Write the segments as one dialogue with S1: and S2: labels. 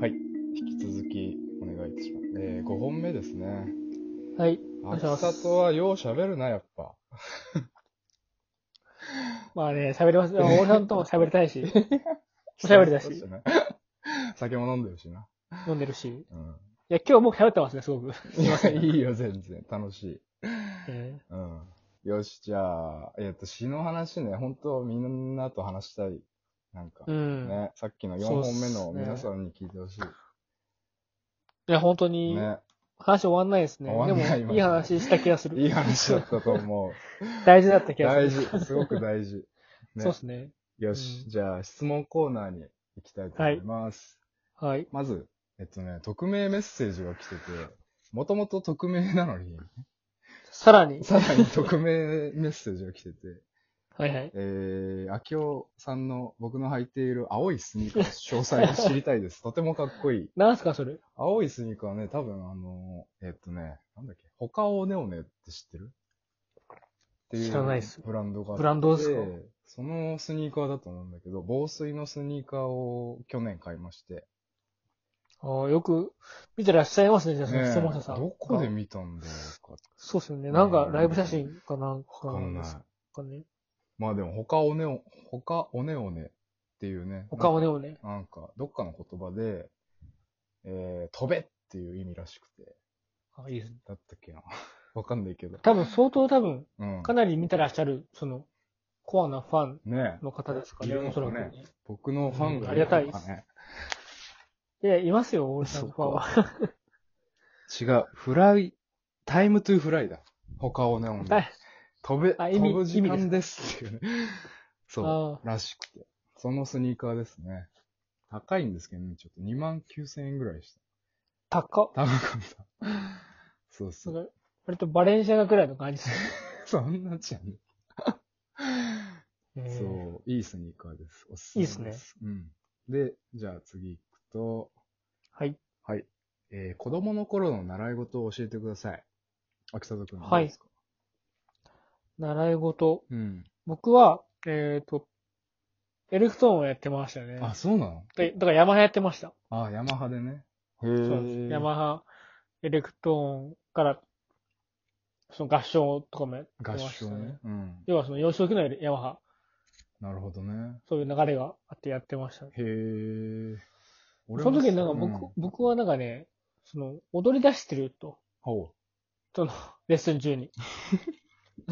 S1: はい。引き続きお願いいたします。えー、5本目ですね。
S2: はい。お願い
S1: 秋
S2: します。
S1: 里はよう喋るな、やっぱ。
S2: まあね、喋 ります。でも俺さんとも喋りたいし、おしゃべりだし
S1: そうね。 酒も飲んでるしな。
S2: 飲んでるし。い
S1: うん。
S2: や、今日もう喋ってますね、すごく。
S1: いや、 いいよ、全然。楽しい。
S2: え
S1: うん。よし、じゃあ、えっと、詩の話ね、本当みんなと話したい。なんか、
S2: ーうん。
S1: ね、さっきの4
S2: そうっす
S1: 本目の
S2: ね
S1: 皆さんに聞いてほし
S2: いや、本当
S1: い。
S2: に、
S1: ね。
S2: 話終わんないですね。
S1: 終わんない
S2: で
S1: マジ
S2: も、
S1: で
S2: いい話した気がする。
S1: いい話だったと思う。
S2: 大事だった気がする。
S1: 大事。すごく大事。ね
S2: そうですね。
S1: よし、
S2: うん
S1: じゃあ質問コーナーに行きたいと思います。
S2: はい。
S1: まず、えっとね、匿名メッセージが来てて、もともと匿名なのに、
S2: さらに、
S1: さらに匿名メッセージが来てて、
S2: はいはい。
S1: えー、あきおさんの僕の履いている青いスニーカーの詳細を知りたいです。とてもかっこいい。
S2: なんすか、それ。
S1: 青いスニーカーはね、多分あの、えっとね、なんだっけ、ホカオネオネって知ってるっていう
S2: 知らないっす
S1: ブランドがあって
S2: ブランドですか
S1: そのスニーカーだと思うんだけど、防水のスニーカーを去年買いまして。
S2: あーよく見てらっしゃいますね、じゃあ、そ
S1: ね
S2: の
S1: え
S2: 質問者さん。
S1: どこで見たんだろうかわ
S2: そうですよね。なんか、ライブ写真かなんか
S1: かんな
S2: で
S1: い
S2: す。かね。
S1: まあでも、ホカオネオ、ホカオネオネっていうね。
S2: 他をね、
S1: なんか
S2: をね。
S1: なんか、どっかの言葉で、えー、飛べっていう意味らしくて。
S2: あ、いいですね。
S1: だったっけな。 わかんないけど。
S2: 多分、相当多分、
S1: うん。
S2: かなり見てらっしゃる、その、コアなファン
S1: ねえ
S2: の方ですか
S1: い
S2: ね、
S1: るの
S2: おそ
S1: からね
S2: くね。
S1: 僕のファンが
S2: うんありがた
S1: る
S2: い
S1: のかね。
S2: で、いますよ、俺さんのファンは。
S1: 違う。フライ、タイムトゥーフライだ。他をね、ほん
S2: だ
S1: で
S2: い
S1: 飛べ、
S2: あ意味
S1: 飛ぶ時間ですっていうね。 そ
S2: あ
S1: う。らしくて。そのスニーカーですね。高いんですけどね、ちょっと2万9000円ぐらいした。
S2: 高っ。
S1: 高かった。そう
S2: な
S1: そ
S2: ん
S1: う。
S2: か割とバレンシアガくらいの感じです
S1: そんなじゃん。
S2: ね。う ん
S1: そう。いいスニーカーです。おすす
S2: い
S1: め
S2: い
S1: で
S2: っす
S1: す。
S2: ね
S1: うん。で、じゃあ次行くと、
S2: はい。
S1: はい。えー、子供の頃の習い事を教えてください。秋里くん。
S2: はい
S1: どうですか
S2: 習い事。
S1: うん。
S2: 僕は、えっ、と、エレクトーンをやってましたね。
S1: あ、そうなの
S2: でだからヤマハやってました。
S1: あ、ヤマハでね。へ
S2: そうなんです。ヤマハ、エレクトーンから、その合唱とかもやってま
S1: 合
S2: した
S1: 唱
S2: ね。
S1: ね。うん。
S2: 要はその幼少期のヤマハ、
S1: なるほどね。
S2: そういう流れがあってやってましたね。
S1: へえ。
S2: その時なんか僕、
S1: も
S2: 僕はなんかね、その、踊り出してると。
S1: ほう。
S2: その、レッスン中に。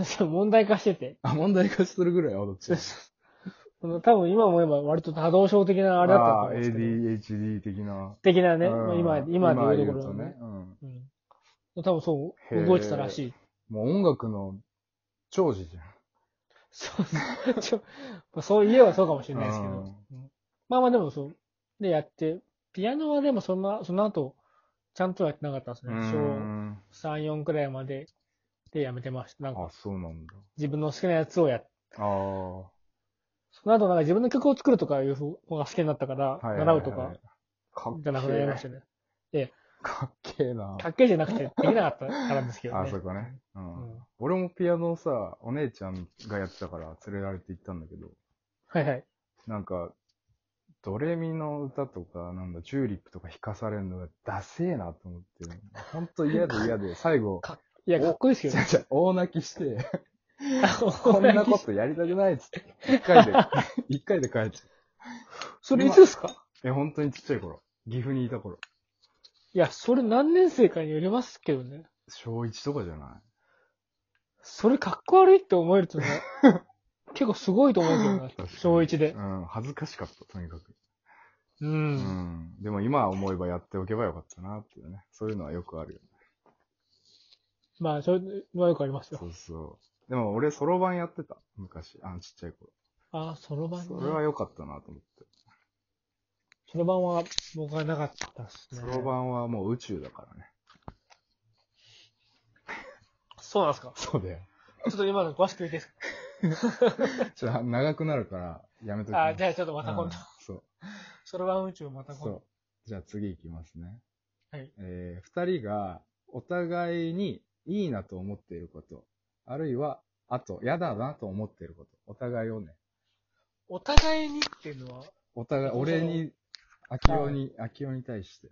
S2: そう問題化してて。
S1: あ、問題化するぐらい踊っちゃう。
S2: その多分今思えば割と多動症的 なあれだったと思うんですけど。
S1: あー ADHD 的な。
S2: 的なね、
S1: うん
S2: まあ今、今でいうところ
S1: 今
S2: の
S1: 言う
S2: ね
S1: と。うん。
S2: うん。多分そ
S1: へー
S2: う、動いてたらしい。
S1: もう音楽の長寿じゃん。
S2: そうそう ちょまあそう言えばそうかもしれないですけど。
S1: うん
S2: うんまあまあでもそう。で、やって、ピアノはでもそんな、その後、ちゃんとはやってなかったですね。
S1: う
S2: 小
S1: ん
S2: 3、4くらいまででやめてました。なんか
S1: あ、そうなんだ。
S2: 自分の好きなやつをやっ
S1: ああ。は
S2: その後なんか自分の曲を作るとかいう方が好きになったから、
S1: いはいはい
S2: 習うとか、。
S1: かっけ
S2: じゃなくなりましたね。
S1: かっけえな。
S2: かっけえじゃなくて、できなかったからですけど ね。
S1: あ、そうかね。う。
S2: うんん
S1: 俺もピアノをさ、お姉ちゃんがやってたから連れられて行ったんだけど、
S2: はいはい。
S1: なんか、ドレミの歌とか、なんだ、チューリップとか弾かされるのがダセえなと思って、ほんと嫌で嫌で、最後、
S2: いや、かっこいいですけどね。
S1: 違う違う大泣きして、こ
S2: こ
S1: んなことやりたくないっつって、一回で、一回で帰っちゃ
S2: それいつですか
S1: う。え、本当にちっちゃい頃。岐阜にいた頃。
S2: いや、それ何年生かによりますけどね。
S1: 小一とかじゃな。
S2: それかっこ悪いって思えるとね、結構すごいと思うけどない小一
S1: う
S2: で。
S1: ん、恥ずかしかった、とにかく。う
S2: う。
S1: んん。でも今思えばやっておけばよかったなっていうね。そういうのはよくあるよね。
S2: まあ、それはよくありますよ
S1: そ。うそう。でも俺、そろばんやってた。昔。あの、ちっちゃい頃。
S2: ああ、そろばん
S1: それは
S2: ね。
S1: 良かったなと思って。
S2: そろばんは僕はなかったっすね。
S1: そろばんはもう宇宙だからね。
S2: そうなんですか
S1: そうだよ。
S2: ちょっと今の詳しく言っていいです
S1: ちょっと長くなるから、やめとき
S2: かあーじ
S1: ゃ
S2: ゃあちょっとまた今度。
S1: そう。
S2: そろばん宇宙また今
S1: そ
S2: 度
S1: う。。じゃあ次行きますね。
S2: はい。
S1: えー、二人がお互いにいいなと思っていること、あるいは、あと、嫌だなと思っていること、お互いをね、
S2: お互いにっていうのは、
S1: お互い、
S2: そう
S1: 俺に、秋夫に、秋夫に対して。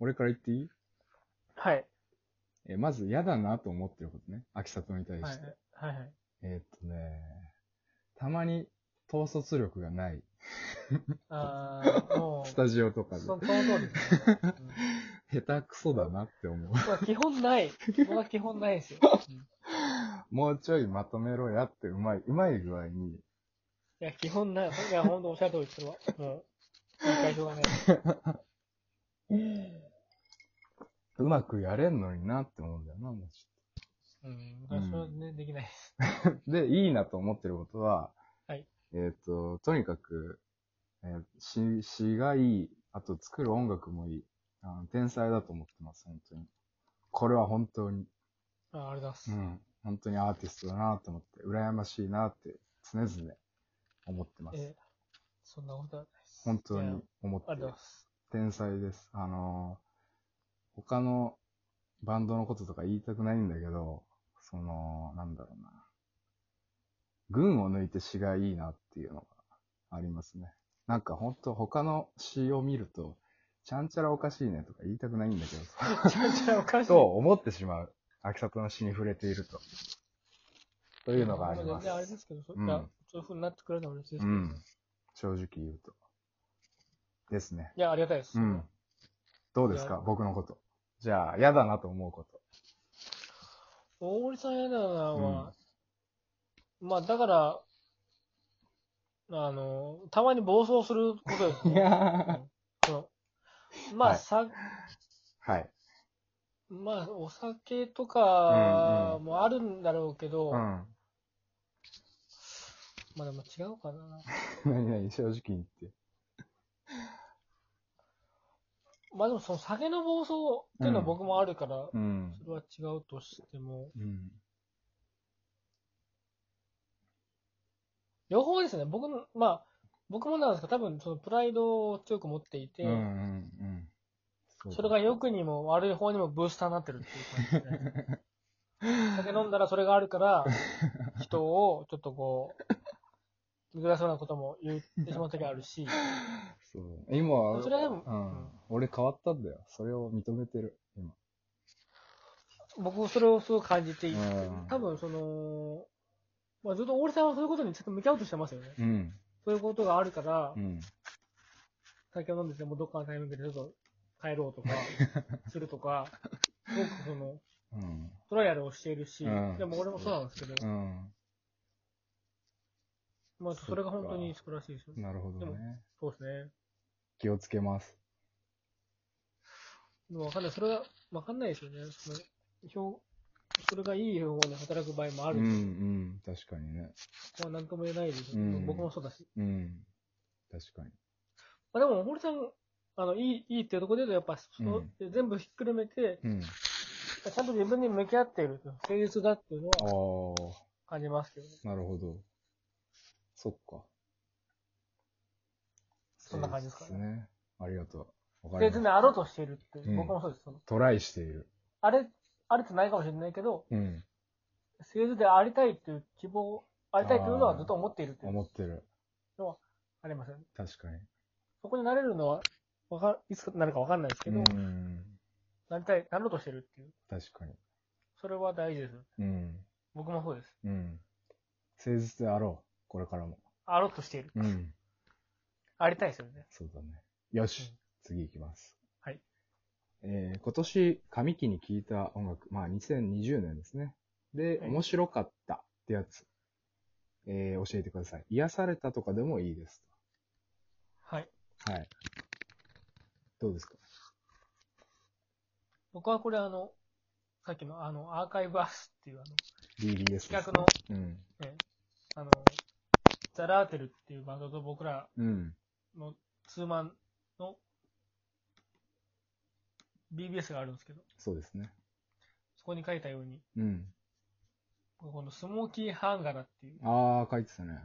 S1: 俺から言っていい
S2: はい。
S1: え、まず嫌だなと思ってることね。秋里に対して。
S2: はい。はいはい。
S1: えーっとね、たまに統率力がない。
S2: あ あ、もう、
S1: ス
S2: そ
S1: タジオとかで。
S2: その通りですね。うん
S1: 下手くそだなって思う。
S2: まあ基本ない。僕は基本ないで すよ。うん
S1: もうちょいまとめろやって、うまい、うまい具合に。
S2: いや、基本ない。いや、ほんとおっしゃる通り、それは。うん。言い返しようがない。
S1: うまくやれんのになって思うんだよな、もうち
S2: うん。まあ、それはね、できないです。
S1: ょっとで、いいなと思ってることは、
S2: はい
S1: えーっと、とにかく、えー詩、詩がいい。あと作る音楽もいい。あの天才だと思ってます、本当に。これは本当に。
S2: あありがとうござ
S1: う
S2: います。
S1: ん。本当にアーティストだなと思って、羨ましいなって常々思ってます。
S2: えーそんなことはないです。
S1: 本当
S2: いやあ
S1: に思っ
S2: りがとう
S1: て
S2: ござい
S1: る
S2: ま。す。
S1: 天才です。あのー他のバンドのこととか言いたくないんだけど、その、なんだろうな。群を抜いて詩がいいなっていうのがありますね。なんか本当他の詩を見ると、ちゃんちゃらおかしいねとか言いたくないんだけど さ。
S2: ちゃんちゃらおかしい。
S1: と思ってしまう。秋里の詩に触れていると。というのがありま
S2: 全然あれ
S1: す。
S2: ですけど、そ,、
S1: うん
S2: いやそういう風になってくれるのは嬉しいで
S1: う
S2: すけど、
S1: ん。正直言うと。ですね。
S2: いや、ありがたいです。
S1: うん。どうです
S2: い
S1: か
S2: や
S1: 僕のこと。じゃあ、嫌だなと思うこと。
S2: 大森さんやだなは、まあ、だから、あの、たまに暴走することです ね。
S1: や
S2: そのまあ、
S1: はい
S2: さ、
S1: はい。
S2: まあ、お酒とか
S1: うん
S2: もあるんだろうけど、
S1: うん。
S2: まあでも違うかな。
S1: 何々、正直に言って。
S2: まあでもその酒の暴走っていうのは僕もあるから、
S1: うん。
S2: それは違うとしても、
S1: うん。
S2: 両方ですね。僕の、まあ、僕もなんですか、多分そのプライドを強く持っていて、
S1: うん。うん。うんうだ
S2: それが良くにも悪い方にもブースターになってるっていう感じ で。酒飲んだらそれがあるから、人をちょっとこう、見下そうなことも言ってしまう時あるし、
S1: そう。今、
S2: それはでも
S1: うん。俺変わったんだよ。それを認めてる。今。
S2: 僕もそれをすごく感じていて
S1: うん、
S2: 多分その、まあ、ずっと大森さんはそういうことにちょっと向き合おうとしてますよね。
S1: うん。
S2: そういうことがあるから、
S1: うん。
S2: 酒を飲んでてもどっかのタイミングでちょっと帰ろ うとか、するとか、すごくその、
S1: うん。
S2: トライアルをしているし、
S1: うん
S2: でも俺もそうなんですけど、
S1: うん。
S2: まあそれが本当に素晴らしいですよね。
S1: なるほど
S2: で
S1: ね。
S2: そうですね。
S1: 気をつけます。
S2: でもわかんない。それが、わかんないですよね。その、表、それがいい表に働く場合もあ
S1: うん
S2: る
S1: うん。
S2: し、
S1: 確かにね。
S2: そこは何とも言えないです、
S1: うん
S2: 僕もそうだし。
S1: うん。確かに。
S2: まあ、でも、堀さん、あの、いい、いいっていうところで言うと、やっぱ、その
S1: うん
S2: 全部ひっくるめて、
S1: うん。
S2: ちゃんと自分に向き合っていると、誠実だっていうの
S1: あ
S2: は
S1: あ。
S2: 感じますけどね。
S1: なるほど。そっか。
S2: そんな感じですかね
S1: そうね。ありがとう。わか
S2: 誠
S1: りま
S2: 実
S1: し
S2: で
S1: た。
S2: あろうとしているって、
S1: うん
S2: 僕もそうです。その
S1: トライしている。
S2: あれ、あれってないかもしれないけど、
S1: うん。
S2: 誠実でありたいっていう希望、ありたいというのはずっと思っているっていう
S1: 思ってる。
S2: のはありますよね。
S1: 確かに。
S2: そこになれるのは、わか、いつなるかわかんないですけど、
S1: うん。
S2: なりたい、なろうとしてるっていう。
S1: 確かに。
S2: それは大事です。
S1: うん。
S2: 僕もそうです。
S1: うん。誠実であろう。これからも。
S2: あろうとしている。
S1: うん。
S2: ありたいですよね。
S1: そうだね。よし。
S2: うん
S1: 次行きます。
S2: はい。
S1: えー今年、上期に聴いた音楽。まあ、2020年ですね。で、
S2: はい
S1: 面白かったってやつ。えー教えてください。癒されたとかでもいいです。
S2: はい。
S1: はい。どうですか
S2: 僕はこれあの、さっきのあの、アーカイブアスっていうあの、
S1: ?DDS です、
S2: 企画の、
S1: うん。
S2: ね、あの、ザラーテルっていうバンドと僕ら
S1: うん。
S2: のツーマンの BBS があるんですけど、
S1: そうですね。
S2: そこに書いたように、
S1: うん。
S2: このスモーキーハンガラっていう、
S1: ああ、書いてたね。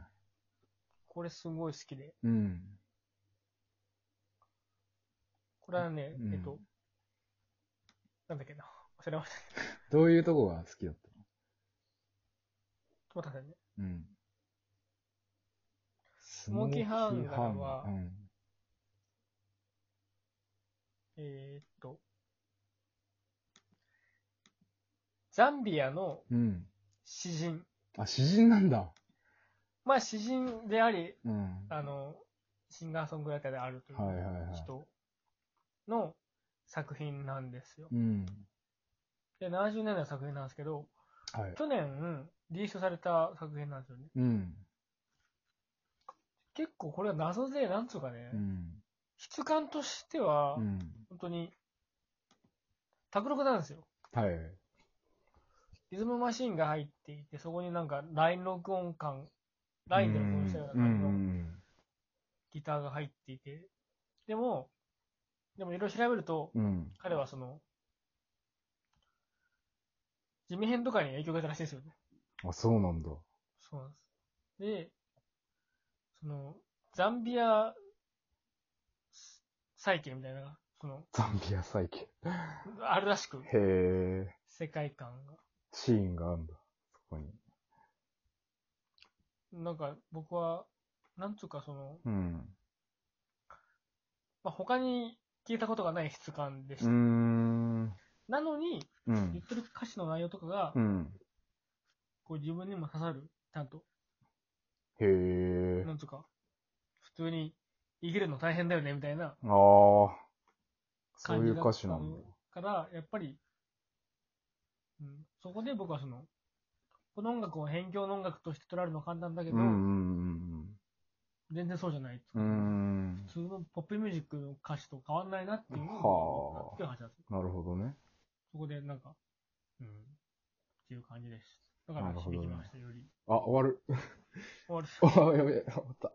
S2: これすごい好きで、
S1: うん。
S2: これはね、
S1: うん
S2: えっと、なんだっけな、忘れました。ち
S1: どういうとこが好きだっ
S2: ょっと待ってくださいね。
S1: たのうん。ス
S2: モーキーハ
S1: モー
S2: ンガー
S1: キー
S2: は
S1: ハンガーうん。
S2: えーっと、ザンビアの
S1: うん。
S2: 詩人。
S1: あ、詩人なんだ。
S2: まあ詩人であり、
S1: うん。
S2: あの、シンガーソングライターであるとい
S1: はいはいは
S2: う
S1: い
S2: 人の作品なんですよ。
S1: うん。
S2: で、70年代の作品なんですけど、
S1: はい。
S2: 去年リリースされた作品なんですよね。
S1: うん。
S2: 結構これは謎で、なんつうかね、
S1: うん。
S2: 質感としては
S1: う、ん。
S2: 本当に、卓録なんですよ。
S1: はい。
S2: リズムマシンが入っていて、そこになんかライン録音感、ラインで録音したような
S1: うん
S2: 感
S1: う
S2: じの
S1: ん
S2: ギターが入っていて、でも、でもいろいろ調べると、
S1: うん。うん。
S2: 彼はその、地味編とかに影響が出たらしいんですよね。
S1: あ、そうなんだ。
S2: そうなんです。で、その、ザンビア再建みたいな、その、
S1: ザンビア再建。
S2: あるらしく、
S1: へえ。
S2: 世界観が。
S1: シーンがあるんだ。そこに。
S2: なんか僕は、なんつうかその、
S1: うん。
S2: まあ、他に聞いたことがない質感でし
S1: うー
S2: た。
S1: ん。
S2: なのに、
S1: う
S2: 言っ
S1: ん。
S2: てる歌詞の内容とかが、
S1: うん。
S2: こう自分にも刺さる、ちゃんと。
S1: へえ。
S2: なんとか、普通に生きるの大変だよね、みたいな
S1: ああ。そう
S2: 感
S1: い
S2: じ
S1: う
S2: だ
S1: 歌
S2: っ
S1: 詞
S2: た
S1: なんだ。
S2: から、やっぱり、うん、そこで僕はその、この音楽を辺境の音楽として捉えるのは簡単だけ
S1: う
S2: ど、
S1: んうん
S2: 全然そうじゃない。
S1: うんうん。うーん。
S2: 普通のポップミュージックの歌詞と変わんないなっていうの
S1: はあ
S2: を今日話したんですよ
S1: なるほどね。
S2: そこでなんか、うん、っていう感じです。だか
S1: な
S2: ら
S1: るほ
S2: 響
S1: どね
S2: きました、より。
S1: あ、終わる。
S2: 終わ
S1: あ、
S2: る。
S1: やべえ、終わった。